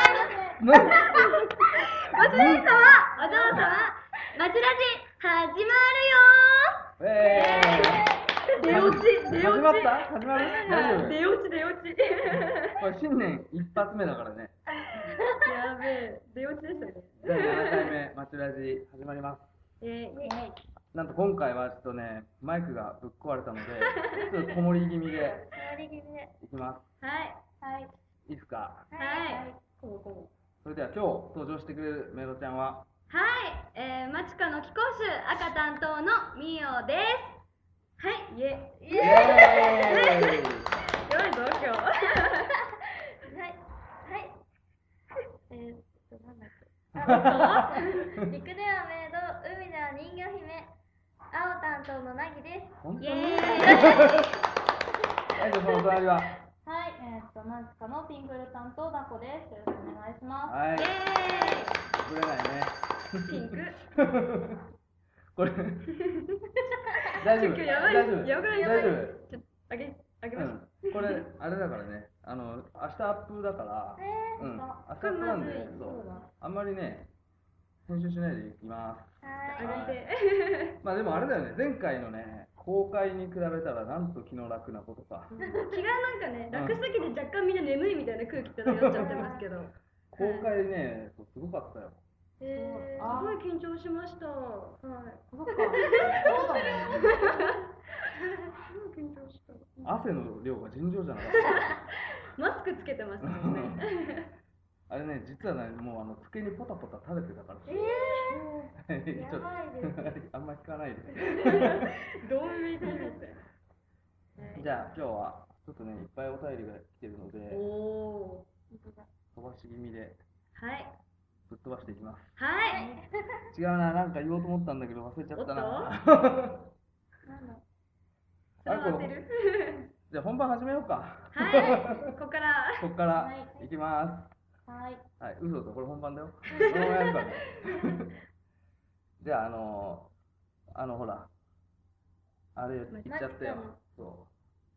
無理ごちそうさま、お嬢様、まちラジ始まるよえー出落ち出落ち始まった始まる大丈夫出落ち出落ち。これ新年一発目だからね やべえ、出落ちでしたね。第7回目マチラジ始まりまえー、すなんと今回はちょっとねマイクがぶっ壊れたのでちょっとこもり気味でいきまはい、はい。すいいですかはい、こうこうそれでは今日登場してくれるメロちゃんははい、えー、まちかの貴公衆赤担当のみおです。はい、イエイイエーイ強いぞ今日。はい。はい。えー、っと、なんだっけ。あ陸ではメイド、海では人魚姫、青担当のなぎです。本当イにエはいじゃあその隣ははい。えー、っと、マジカのピンクル担当、なこです。よろしくお願いしまはいイイエぶれないねーイ ピンク。こ れ大丈夫今日やばい大丈夫やばいやばい大丈夫ちょっとあげあげましょう。うん、これあれだからねあの明日アップだから、えーうん、明日あアップなんでこれまずいそうそうだあんまりね編集しないでいきますす。はい。はあげて。まあでもあれだよね前回のね公開に比べたらなんと気の楽なことか 気がなんかね、楽すぎて若干みんな眠いみたいな空気漂っちゃってますけど。公開ねそうすごかったよえー、すごい緊張しました。はい。そっか。そうだね。 すごい緊張した。汗の量が尋常じゃなかっマスクつけてま したもんね。たあれね実はねもうあの机にポタポタ垂れてたからえー。はい ちょっとやばいですあんま聞かないでどういう意味ですじゃあ今日はちょっとねいっぱいお便りが来てるのでおお本当だ飛ばし気味でー。はい。ぶっ飛ばしていきますはい。違うな、なんか言おうと思ったんだけど忘れちゃったな。なんだ伝わってる。 じゃあ本番始めようか。はい。ここから。 こっからはいいきまはい。す。はい、嘘とこれ本番だよ。 このままやるからね。じゃああのー、あのほら、あれ言っちゃったよ。そ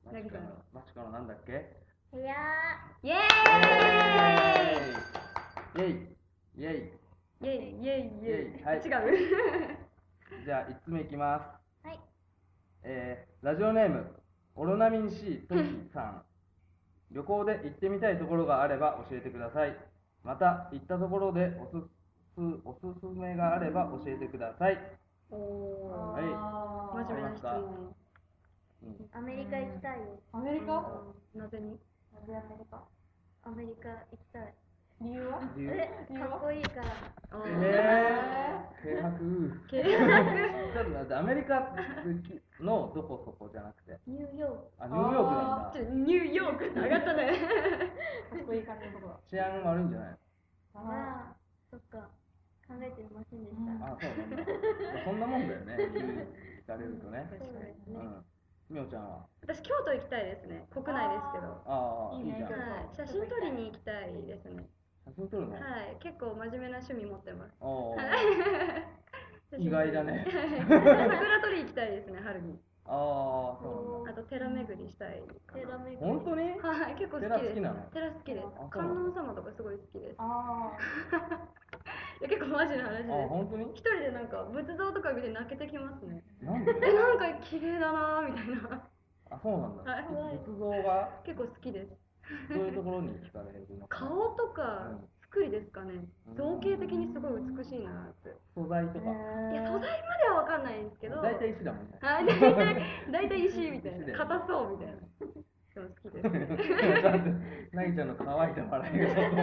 う。マ何チカの、マチカのなんだっけ部屋。イイエェイイェイーイ。イエイイエイイエイエイ。イはい違う。じゃあ1つ目いきます。はい。えーラジオネームオロナミン C トキさん 旅行で行ってみたいところがあれば教えてくださいまた行ったところでおすすおすすめがあれば教えてください、おおはいー。真面目な質問。うんアメリカ行きたいです。アメリカなぜに。なぜアメリカアメリカ行きたい。理由は理由え、かっこいいから。おーえー、軽薄経 営ちょっと待ってアメリカのどこそこじゃなくてニューヨーク。あニューヨークなんだちょニューヨークって上がったね。かっこいい感じのことだ。治安悪いんじゃないのああ、そっか。考えてませんでしうんた。あそうなんだそんなもんだよね理由聞かれるとねそうですうね。んみおちゃんは私京都行きたいですね。国内ですけど。ああいいいいねじゃん京都はい、写真撮りに行きたいですね。写真撮るの、はい、結構真面目な趣味持ってます。おー写真意外だ ね。桜撮り行きたいですね、春に。ああ、そうあと寺巡りしたいかテラな。メなんだ。本当にはい、結構好きで寺好す。きなの寺好きですあそう。観音様とかすごい好きです。あ いや、結構マジな話であ、本当にす。一人でなんか仏像とか見て泣けてきますね。なんで え、なんか綺麗だなーみたいな。あ、そうなんだはい。仏像が結構好きです。どういうところに惹かれるのかな。顔とかうん作りですかねうん。造形的にすごい美しいなって。素材とえか。いや、素材まではわかんないんですけど。大体石だもん ね。はい、大体、 大体石みたい石だな。よね硬そうみたいな。でも好きです、ね。ちょっとなぎちゃんの可愛い笑いがちょっと。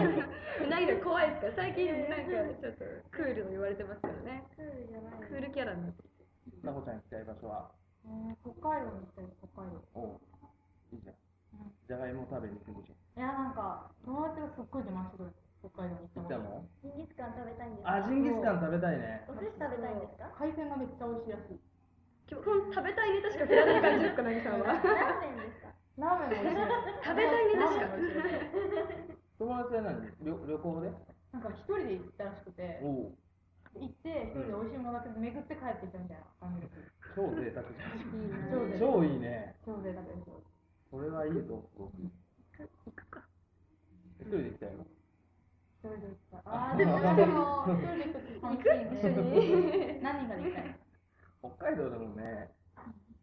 ないの怖いですから、最近なんかちょっとクールの言われてますからね。クールじゃない。クールキャラになってきて。 なこちゃん行きたい場所は。えー、北海道に行きたい、北海道。おういいじゃん。じゃがいも食べに行くんでしょ。いや、なんか、友達がすっごい出ましたけど、北海道に行行っったたもん。のジンギスカン食べたいんですあ、かジンギスカン食べたいね。お寿司食べたいんですか海鮮がめっちゃ美味しいらしい。今日この食べたいネタしか振らない感じですか、なぎさんラ は。ーメンですかラーメンも美味しい。食べたいネタしかラーメンも美味しいらしい。友達は何旅旅行でなんか一人で行ったらしくてお、お。行って、一人で美味しいものだけ巡って帰ってきたみたいな感じです。超贅沢じいいな。超ゃん。贅沢。超いいね。超贅沢ですよ。これはいいぞ、すごく。行くか。一人で行きたいの一人で行った。あー でもなんかもう一人で行くと楽しいね一緒に 何が出たい北海道でもね、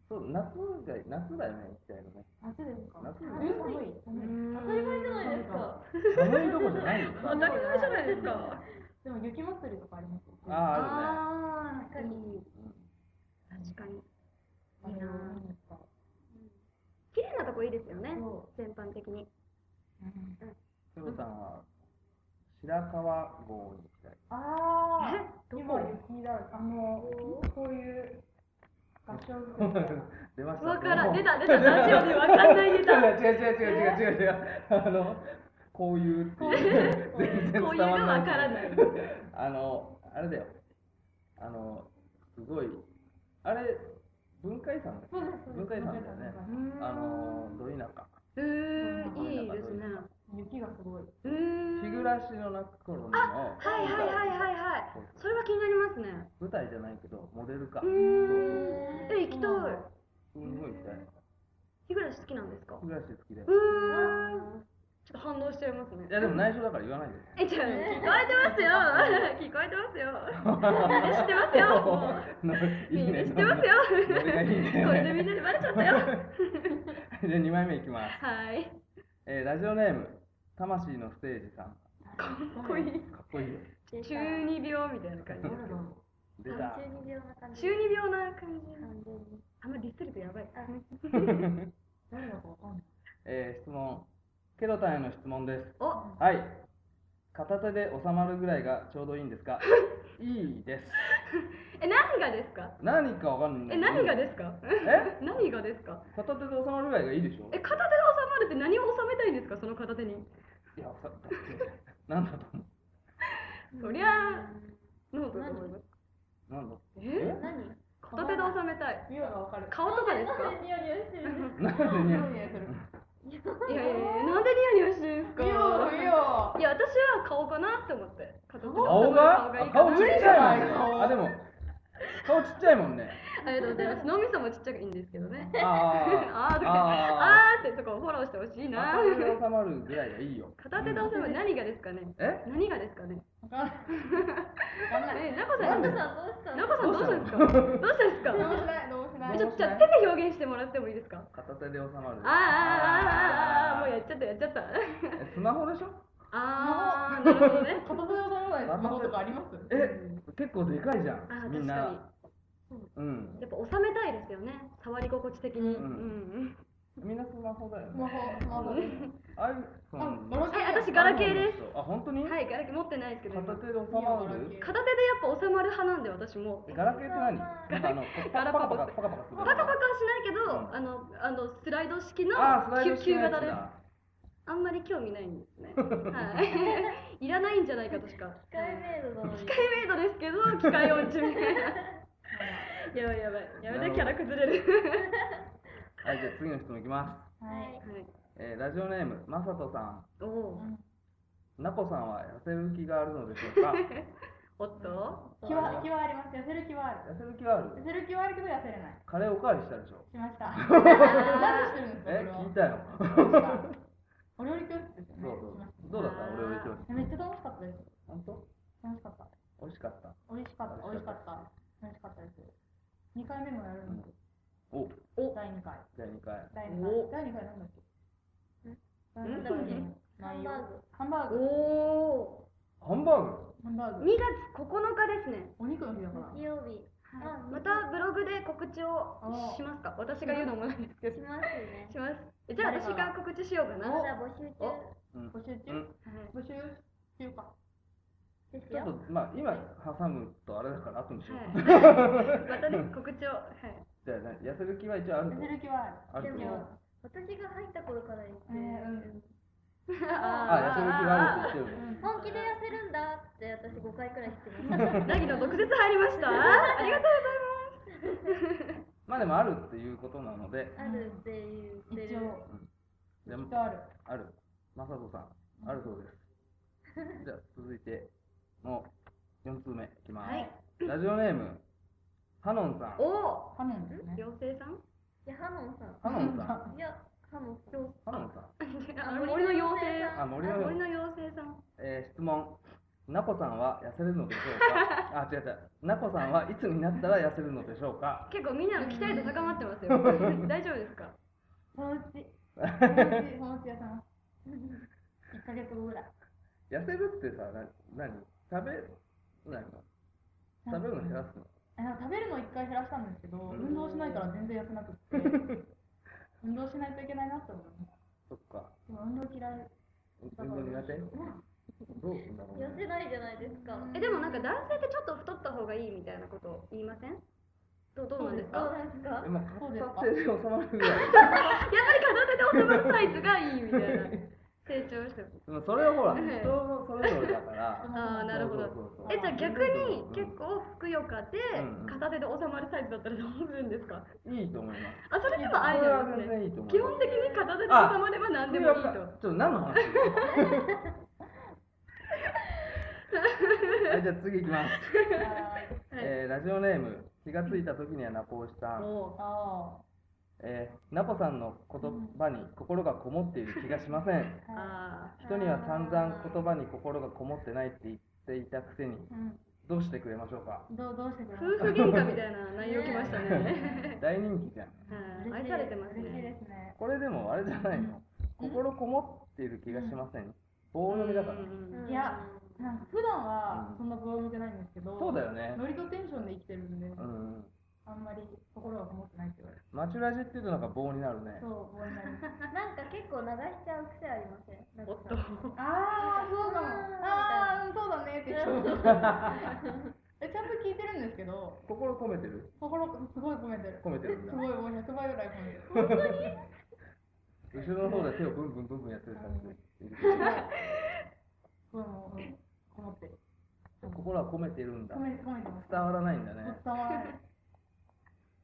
そう夏が夏だよね、行きたいのね。夏ですか夏寒い寒い当たり前じゃないですか。寒いとこじゃないよ。当たり前じゃないですか。でも雪祭りとかありますよ ああ、ああー確かにるね。確かにあれは何ですか綺麗なとこいいですよねそ全般的にうんうん。セロさんは白川郷に行きたい。あえあどこ今雪だあのこういう合唱部みたい な出ました。わからん出た出たラジオでわかんな い違う違う違う違う違出たう違う。あのこういうっていう全然伝こわういうのらない。わから ないあのあれだよ。あのすごいあれ文化遺産だよそうですそうです文化遺産だよね。うーんあのど田舎。うーんいいですね雪がすごいうーん日暮らしの中頃のはいはいはいはいはいそれは気になりますね舞台じゃないけどモデルか。うーんえ行きたいすんごい行きたい。日暮らし好きなんですかう日暮らし好きで。ーんちょっと反応しちゃいますねいやでも内緒だから言わないで。えじゃあ聞こえてますよ 聞こえてますよみんな知ってますよもうい みいんなね。知ってますよそれがいい ね。これでみんなにバレちゃったよ じゃあ2枚目いきます、はいえーラジオネーム魂のステージさんかっこいいかっこいいよ中二病みたいな感じ出た中二病な感じ。中二病な感じ完全に。あんまディスるとやばいあ、誰だかわかんないえー質問ケロタンへの質問ですおはい片手で収まるぐらいがちょうどいいんですかいいですえ何がですか何かわかんないえ何がですかえ何がですか片手で収まるぐらいがいいでしょえ片手が収まるって何を収めたいんですかその片手にいやさだってなんだと思そりゃあ何だと思いますうなんだえ何？片手で収めたい匂いがわかる顔とかですかニヤニヤしてる。なんで匂いねがするいやいやいやなんでニヤニヤしてるんですか匂い匂いや私は顔かなって思って片手で収ま顔るが顔がいあいか顔なちっちゃいもんね顔あでも顔ちっちゃいもんねありがとうございます脳みそもちっちゃくいいんですけどねあーあーとかああーってとこフォローしてほしいな片手で収まるぐらいがいいよ片手で押せば何がですかねえ何がですかねいわかんなえいナコさなんんでナさどうしたの？コさんどうしたんですかどうしたんですかどうもしないどうもしないちょっとじゃあ手で表現してもらってもいいですか片手で収まるあーあーあーあーあーもうややっちゃったやっちゃったスマホでしょあーなるほどね片手で収まらないスマホとかありますえ結構でかいじゃんあーみん確なうんやっぱ収めたいですよね触り心地的にうんうんみんなスマホだよスマねホスマホ iPhone あガラはい私ガラケーですあ本当にはいガラケー持ってないですけど片今手で収まる片手でやっぱ収まる派なんで私もガラケーって何なんかあのパカパカパカパカするパカパカはしないけど、うんあのあのスライド式のあースライド式旧のやつ型ですだあんまり興味ないんですねはい いらないんじゃないかとしか機械メイドなのに。機械メイドですけど機械音痴みたい なやばいやばいやめてキャラ崩れるはいじゃあ次の質問いきますはい。はいえーラジオネームまさとさんおおなこさんは痩せる気があるのでし ょうかおっと気は気はあります痩せる気はある痩せる気はある痩せる気はあるけど痩せれないカレーおかわりしたでしょしまし たあ何してるんですかえ聞いた よそれはお料理教室ですよねそうしましそうどうだったあー俺を言ってほしいためっちゃ楽しかったです本当楽しかった美味しかった美味しかった美味しかった美味しかったです二回目もやるんですおよ第二回第2回第二お回第二回なんだっけん第二回の内容ハンバーおグおハンバーグハンバー2グ月9日ですねお肉の日だから日曜日。あまたブログで告知をしますか私が言うのもなんですけどしますね。しますえじゃあ私が告知しようかな、まはだ募集中うん募集う中んい募集中かですちょっよ。とまあ今挟むとあれだから後にしようはい、またね、告知を、はい、じゃあね痩せる気は一 応ある痩のせる気はあるあるでけもど私が入った頃から言って、えーうんあ痩せる気があるあって言ってるうん本気で痩せるんだって私5回くらい言ってました。 ーあー、なぎの毒舌入りました。ありがとうまあでもあるっていうことなのであるって言ってる一。応じゃきっとあるああるまさとさんあるそうですじゃあ続いての4通目いきます、はいラジオネームハノンさんござハムンですいます。おー、ね妖精さいん。や、ハノンさん。ハノンさんハいや、ハノンさん。ノンさんあ森の妖精。あ森のあ森の妖精さん。えー質問なここさんは痩せるのでしょう かあ違う違うなこさんはいつになったら痩せるのでしょう か結構みんなの期待度高まってますよ 大丈夫ですかそのうち、そのうち、そのうちやさん。 1ヶ月後ぐらい。痩せるってさな何食べないの食べるの減らすのあの食べるの一回減らしたんですけど、ん運動しないから全然痩せな くって、運動しないといけないなって思います。そっかでも運動嫌い。運動苦手どうすんだろう、痩せね、ないじゃないですか。えでもなんか男性ってちょっと太った方がいいみたいなこと言いませんどうどうなんですかどうやっなんですかえまあそうですか片手で収まるぐらいぱり片手で収まるサイズがいい みたいな成長してるでもそれはほらええ人のそれぞれだからああ なるほどそうそうそうえじゃあ逆にうん結構ふくよかでうんうん片手で収まるサイズだったらどうするんですかいいと思いますあそれでもアイデアそれは全然いいでとすね思います基本的に片手で収まれば何でもいいとこれはちょっと何の話はいじゃあ次いきます、えーラジオネーム気がついた時にはナポウシさん、もうあえー、ナポさんの言葉に心がこもっている気がしませんあ人には散々言葉に心がこもってないって言っていたくせにあ、うん。どうしてくれましょうかどう、どうしてくれー夫婦ます喧嘩みたいな内容きましたね大人気じゃんはい嬉し愛いされてます嬉しいでねすね。これでもあれじゃないの心こもっている気がしません棒読みだからうんうんうんいや、なんか普段はうんそんな棒読みじゃないんですけど、そうだよねノリとテンションで生きてるんで、うんあんまり心がこもってないって言われる。マチュラジっていうとなんか棒になるねそう、棒になります。なんか結構流しちゃう癖ありませんなんおかっとああ、そうかも。ああ、うんそうだねって 人。え、ちゃんと聞いてるんですけど、心込めてる心すごい込めてる。込めてるんだすごいもう100倍ぐらい込めてる。後ろの方で手をブンブンブンブンやってる感じでいるすごいもう、うんこもってる。けど心は込めてるんだ込め込めてます。伝わらないんだね伝わらない。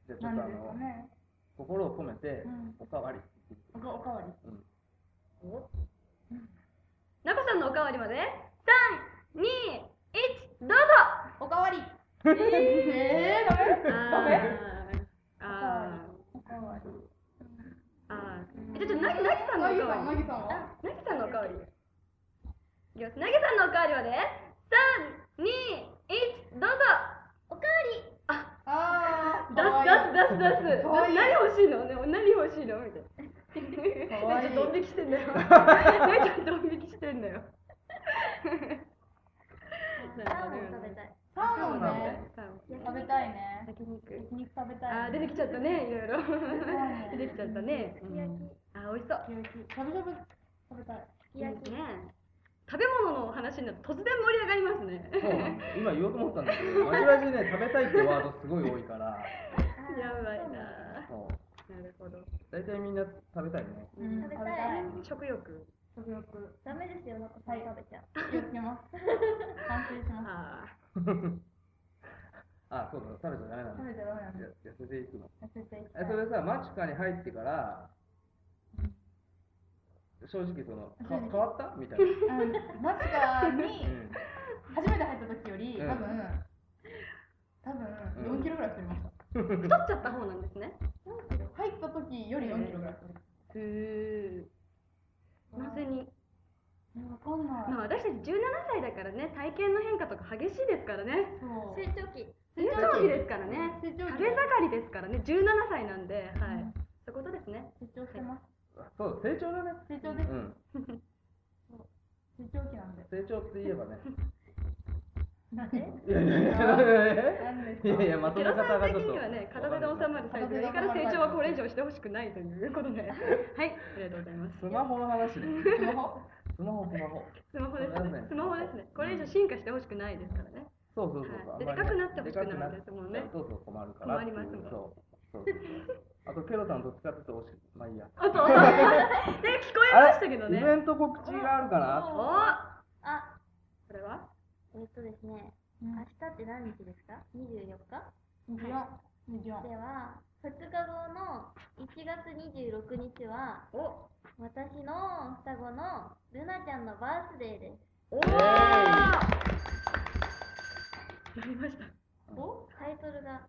じゃあちょなっとんあでですのかね。心を込めてうんおかわりおかおかわり。うんナコさんのおかわりまで三二一どうぞおかわり。えー、えー、ダメダあメーあーおかわり。あーえちょっとなぎなぎさんのおかわりなぎさんはなぎさんのおかわりいきますなぎさんのおかわりまで三二一どうぞおかわりああー、出かわいい。す出す出す出すかわいい何欲しいのね何欲しいのみたいなかわいないんかドン引きして んだよなんかドン引きしてんだよサーモン食べたいサーモンね。ね食べたいね。焼肉焼肉食べたい。あー出てきちゃったねいろいろ出てきちゃったね、うん焼あー美味しそう焼きしゃぶしゃぶ食べたい。き焼きね食べ物の話になると突然盛り上がりますねそうなんだよ今言おうと思ったんだけどマジラジね食べたいってワードすごい多いからやばいなそうなるほど、大体みんな食べたいね うん食べたい食欲食欲ダメですよなんかさん食べちゃう気をつけ ます。反省します。ああーそうだ食べちゃダメなん食だべちゃダメなんいでやす。痩せていくの痩せていきたえい。それさマチカに入ってから正直そのか変わったみたいな、うん、マチカ うにん初めて入った時より、うん多分、多う分ん4キロぐらい太りました。太っちゃった方なんですね入った時より4キロぐらい太りましふうなぜに、た。ねわかんない。まあ、私たち17歳だからね体型の変化とか激しいですからねそう。成長期成長期ですからね成食長期べ盛りですからね17歳なんではい、うんそういうことですね成長してます。そう成長だね成長うです。ん成長期なんで。成長って言えば ねなんいやいやいやなんですいやいやまと池め田方さんがち的ょっとにはね、体で収まるサイズがいいから成長はこれ以上してほしくないというこ とで、はい、ありがとうございます。スマホの話ねか。スマホ スマホスマホスマホですね。スマホですね。これ以上進化してほしくないですからね。そうそうそうそう、はいであんまりねでかくなってほしくないですもんねでかくなっちゃうとそう困るからっていう困りますもんそうそうそうそうあとケロさんどっちかっていうとおしまあいいやあ と、なんか聞こえましたけどイね。ベント告知があるかおなあこれはえっとですねうん明日って何日ですか24日 ?24。24。では2日後の1月26日はおお私の双子のルナちゃんのバースデーですおーイエーイなりました。おタイトルが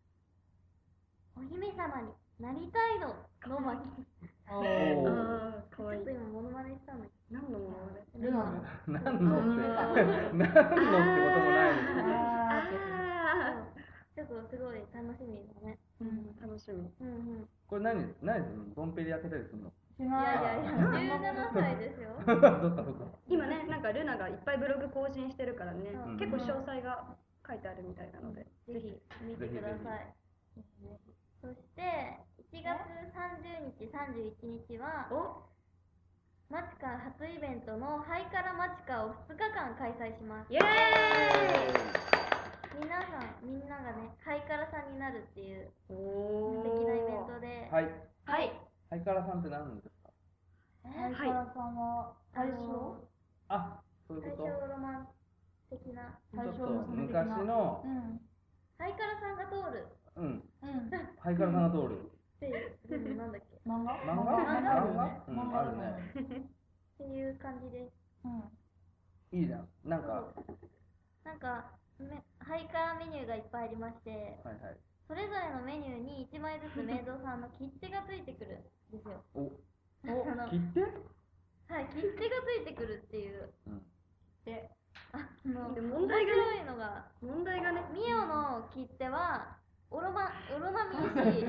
「お姫様になりたいの」の巻ちおーあー、かょわいいっと。今モノマネしたの何のものまねルナの。何のってあ何のってこともないのにああちょっとすごい楽しみだね。ー、うん、楽しみ。うん うん。これ何何するのドンペリ開けたりするのしいない。やいやいや、十七歳ですよ。そっかそっか今ね、なんかルナがいっぱいブログ更新してるからね、うん結構詳細が書いてあるみたいなので。ぜひ見てください。そして1月30日、31日はお、マチカ初イベントのハイカラマチカを2日間開催します。イエーイ。皆さん、みんながね、ハイカラさんになるっていうお素お。敵なイベントで、はいはい。ハイカラさんって何ですかはい。相川さんはあ大の正あそういう大こ正ロマン的なとち大ょっ正と昔のうん。ハイカラさんが通るうんうん。ハイカラさんが通るっていう、うんなんだっけっ漫画漫画漫画あるよね。漫画漫画あるうんあるね。ていう感じです。うん。いいじゃんなんかはなんか、めハイカラメニューがいっぱいありまして、いはいそれぞれのメニューに1枚ずつメイドさんの切手がついてくるんですよ。おあの切手はい、切手がついてくるっていう、うんで、あの、で面問題がね白いのが、問題がね。ミオの切手は、オロマ、オロナミン C、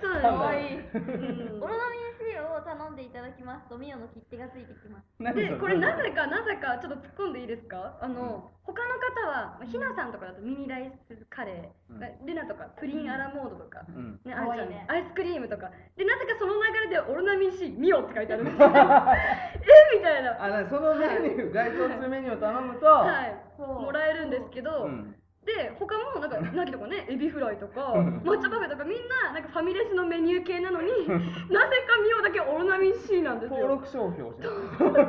そうかわいい。うんオロナミン C を頼んでいただきますと、ミオの切手がついてきます。何でそこれなぜかなぜかちょっと突っ込んでいいですかあの、他の方はまあひなさんとかだとミニライスカレー、うルナとかプリンアラモードとか、うんね、かあわいちゃいんいのねアイスクリームとかでなぜかその流れでオロナミン C ミオって書いてあるん ですよえみたいなあなそのメニュー該当するメニューを頼むとはいそうもらえるんですけど、うんで他もなんかなぎとか ねエビフライとかうん抹茶パフェとかみんななんかファミレスのメニュー系なのになぜかミオだけオロナミン C なんですよ登録商標します本当にえ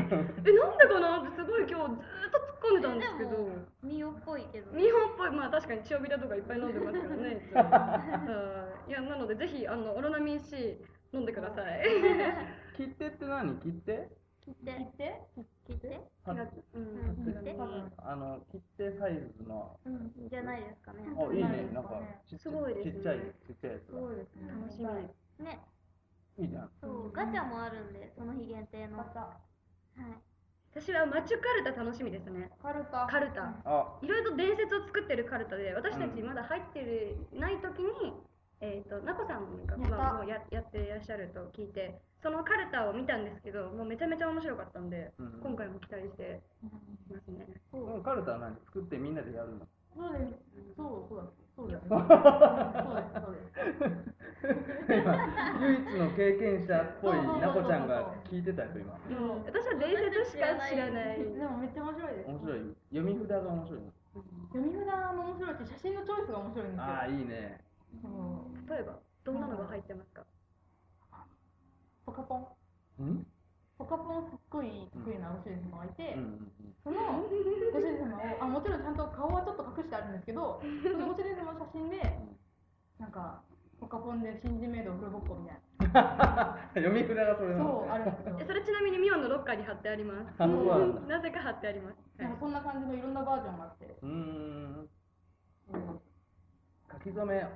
なんでかなってすごい今日ずーっと突っ込んでたんですけどミオっぽいけど。日本っぽいまあ確かにチオビラとかいっぱい飲んでますからねいつもはいいやなのでぜひあのオロナミン C 飲んでください切手って何切手切切手、って切手たううんん、切手多分あの切手サイズのうん、じゃないですかね。あいいねなんかちっちゃすごいですねちっちゃいちっちゃいやつすごいですね楽しみはいね、いいじゃんそう、ガチャもあるんで、その日限定の。はまた、い。私はマチュカルタ楽しみですねカルタ。カルタあいろいろと伝説を作ってるカルタで私たちまだ入ってるない時に、えー、とナコさんが、やったまあ、もうややっていらっしゃると聞いてそのカルタを見たんですけどもうめちゃめちゃ面白かったんで、うん今回も期待してますねうんカルタは何作ってみんなでやるの そうです。そう、そうだ。そうだよね。そうです。そうです。今唯一の経験者っぽいそうそうそうそうなこちゃんが聞いてたよ今でも私は伝説しか知らないでもめっちゃ面白いです。面白い読み札が面白いの読み札も面白いし、写真のチョイスが面白いんですよ。ああいいねそう例えばどんなのが入ってますかポカポン。うんポカポンすっごい得意なお尻様がいて、うんうんそのお尻様をあもちろんちゃんと顔はちょっと隠してあるんですけどそのお尻様の写真でなんかポカポンで新人メイドをフルボッコみたい読み札がそれななそうあれるんですけ どえそれちなみにミオンのロッカーに貼ってありますあそうなんだなぜか貼ってあります、なはんいかそんな感じのいろんなバージョンがあってうーん書き初め面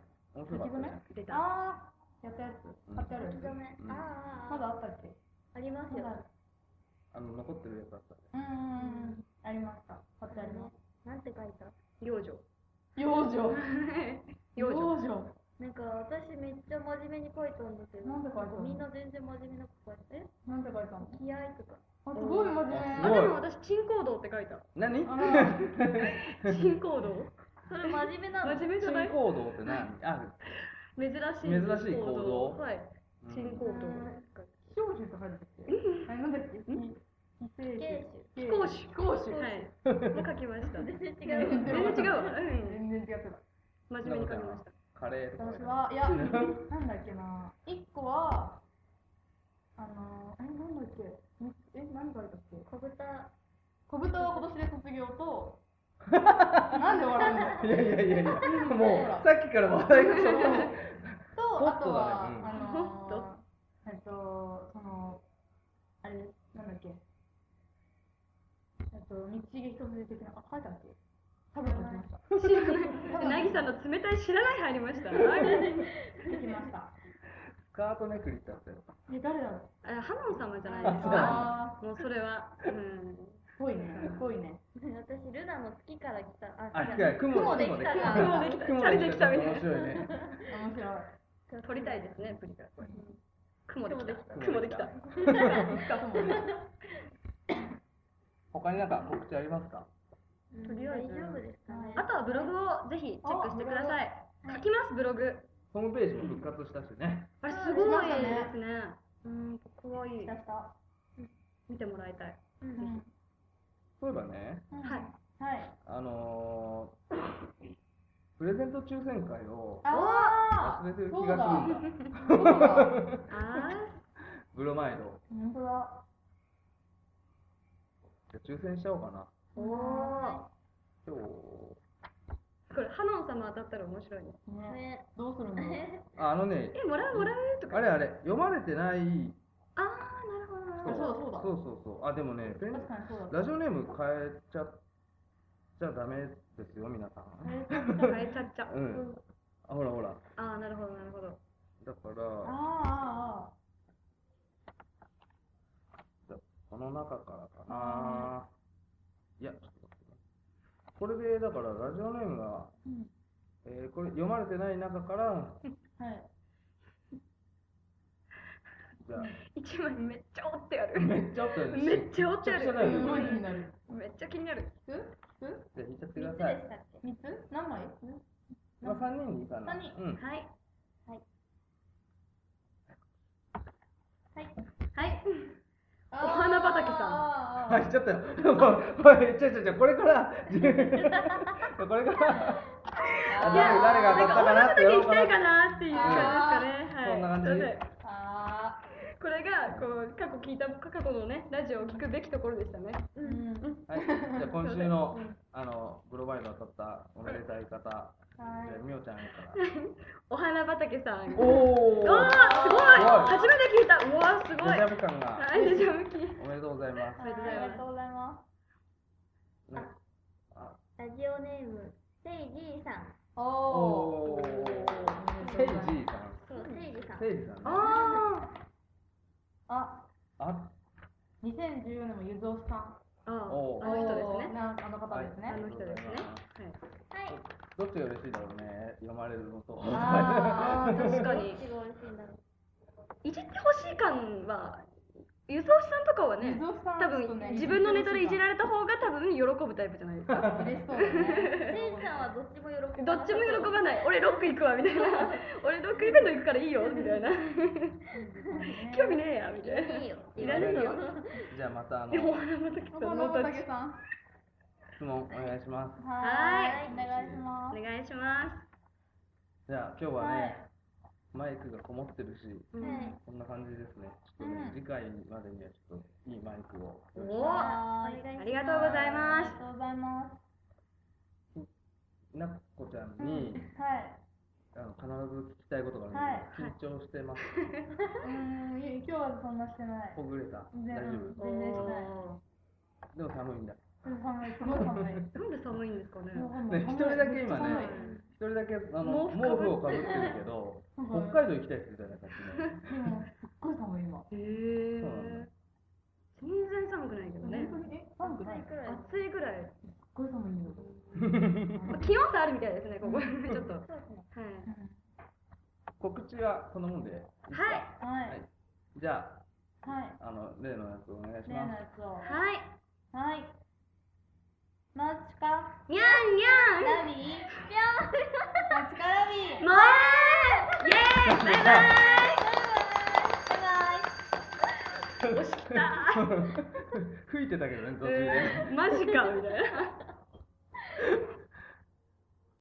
白かったね出たああやったやつ買ってあるや書きつ留め。うんああ、まだあったっけありますまよだ。あるあの残ってるやつだったねうーんありました買ってありますなんて書いた幼女養 女幼女なんか私めっちゃ真面目に書いたんだけど、なんて書いたのみんな全然真面目なこと書いて、なんて書いたのえ気合とか。あすごい真面目ああすごいでも私珍行動って書いた 何あら珍行動それ真面目なの真面目じ珍ゃない行動って何あ珍しい珍しい行動はいうん珍行動うん少女って書いてたっけ あれなんだっけ芸非講正師非公は主い もう書きました全全然違う。全然違う、うん、全然違ってた真面目に書きましたカレーとか私はい やなんだっけな一個はあのえなんだっけみえ何書いたっけ小豚、小豚は今年で卒業 となんで笑うのいやいやいやいやもうさっきから笑いが止まんないとあホットとは、だねうんあホットの えっとそのあれなんだっけえっと道重一筋的なあ書いたっけ食べてきました 知らないなぎさんの冷たい知らない入りました書きましたカートめくりってあったよ。え、誰だろうえ花野様じゃないです かあもうそれは、うん、ー、ぽいね、ぽいね。私ルナの月から来たあ、違う違う、雲雲できたな雲雲チャリできたみたいな面白いね。面白い。撮りたいですねプリクラこれ雲できた雲雲できできたたかともね。他になんか告知ありますかとりあえず大丈夫ですかねあとはブログをぜひチェックしてください書きますブログホームページも復活したしね。あれすごいですねうんかわいい出した。見てもらいたいうん。そういえばね、はいはい。あのー、プレゼント抽選会をあ忘れてる気がするんだ。ーそうだ。あブロマイド。本当だ。じゃあ抽選しちゃおうかな。ーお今日、ーこれハノン様当たったら面白いねね。ねどうするんだろう。ああのね、えもらうもらうとかあれあれ、読まれてないああなるほどな人。るあそうだそうだそうそうそうあ、でもね、ペン確かにそうだ。ラジオネーム変えちゃっちゃダメですよ、皆さん。ほど変えちゃ っちゃうん。あ、ほらほら。ああなるほどなるほどだから、あこの中からかな。いや、ちょっと待ってねこれで、だから、ラジオネームが、ーうんえーこれ読まれてない中から、あー。はい。じゃあ、一枚めっちゃ折ってやるめっちゃあったよね。めっちゃ折ってやめっちゃるだよすねごこいれ気になる。めっちゃ気になるつ？つ？じゃあ、引いちゃってく三だつでさい。したっけ三つ？何枚？まあ、3人にいいかな。三人うん。はいはいはいおお花畑さんんはい、ちょっと、もう、これ、ちょいちょいちょい、これから、 じこれから、あ誰誰が当たったかなってやなんろうか女のか時に行きたいかな。なっていう感じですかねはいそんな感じすいませんあこれがこう過去聞いた過去のねラジオを聞くべきところでしたねー。うん。はい、じゃあ今週の、あの、ブロバイド当たったおめでたい方、じゃあ、みおちゃんから。お花畑さんおおーおーすごすごいい初めて聞いたうわーすデごいジャブ感が、はいデジャブ聞いおめでとうございまありがとうございますありがとうございます。す。ねあ、ラジオネームセイジーさんおおおーー。セイジーさん。そうセイジーさんセイジーさんね。ああ、あ、 2014年もゆずおさん。ーあーおーあの人ですねなんあの方ですねあ。の人ですねはいどっちが嬉しいだろうね、読まれるのと。あはい確どかにっちが美味しいんだろういじってほしい感は輸送士さんとかはゆねずおさん多ちょっとね分自分のネタでいじられた方が多分喜ぶタイプじゃないです か嬉しそうだね。セイジーさんはどっちも喜ぶどっちも喜ばない俺ロック行くわみたいな俺ロックイベント行くからいいよみたいな興味ねえやみたいないいよいらねえよ じゃあ、また、あので、も花畑さおん花のたち畑さん。質問お願いします。ーい。お願いしまおす。願いしまじゃあ今日はね、はいマイクがこもってるし、す、はいこんな感じですね。ちょっとね、うん次回までにはちょっといいマイクを。おおお願いしますありがとうございあまりすがとうございます。なっこちゃんに、はい。あの必ず聞きたいことがあるんで、緊張してます。うーん、いえ今日はそんなしてない。ほぐれた。全然大丈全然し夫。でない。も寒いんだ。寒い、すごいなんで寒いん寒い。ですかねもう寒ねい一人だけ今ね寒い一人だけあの毛毛布かぶって布をかぶってるけど、北海道うん行きたいって言ってたね、さっきね。でも、すっごい寒い今。へそうなんだえ全然寒くないけどね本当に、え、寒くない。すっ暑いぐらいごい寒いよ。気温差あるみたいですねここちょっとはい告知はこんなもんで。はいはいはい。じゃはい。あ、あの例のやつお願いし例のまやつを。はいはい。マチカ、にゃんにゃんラビー。ぴょん。マチカラビー。もうイエーイバイバす。押した 吹いてたけどね、途中でね。イマジかみたいな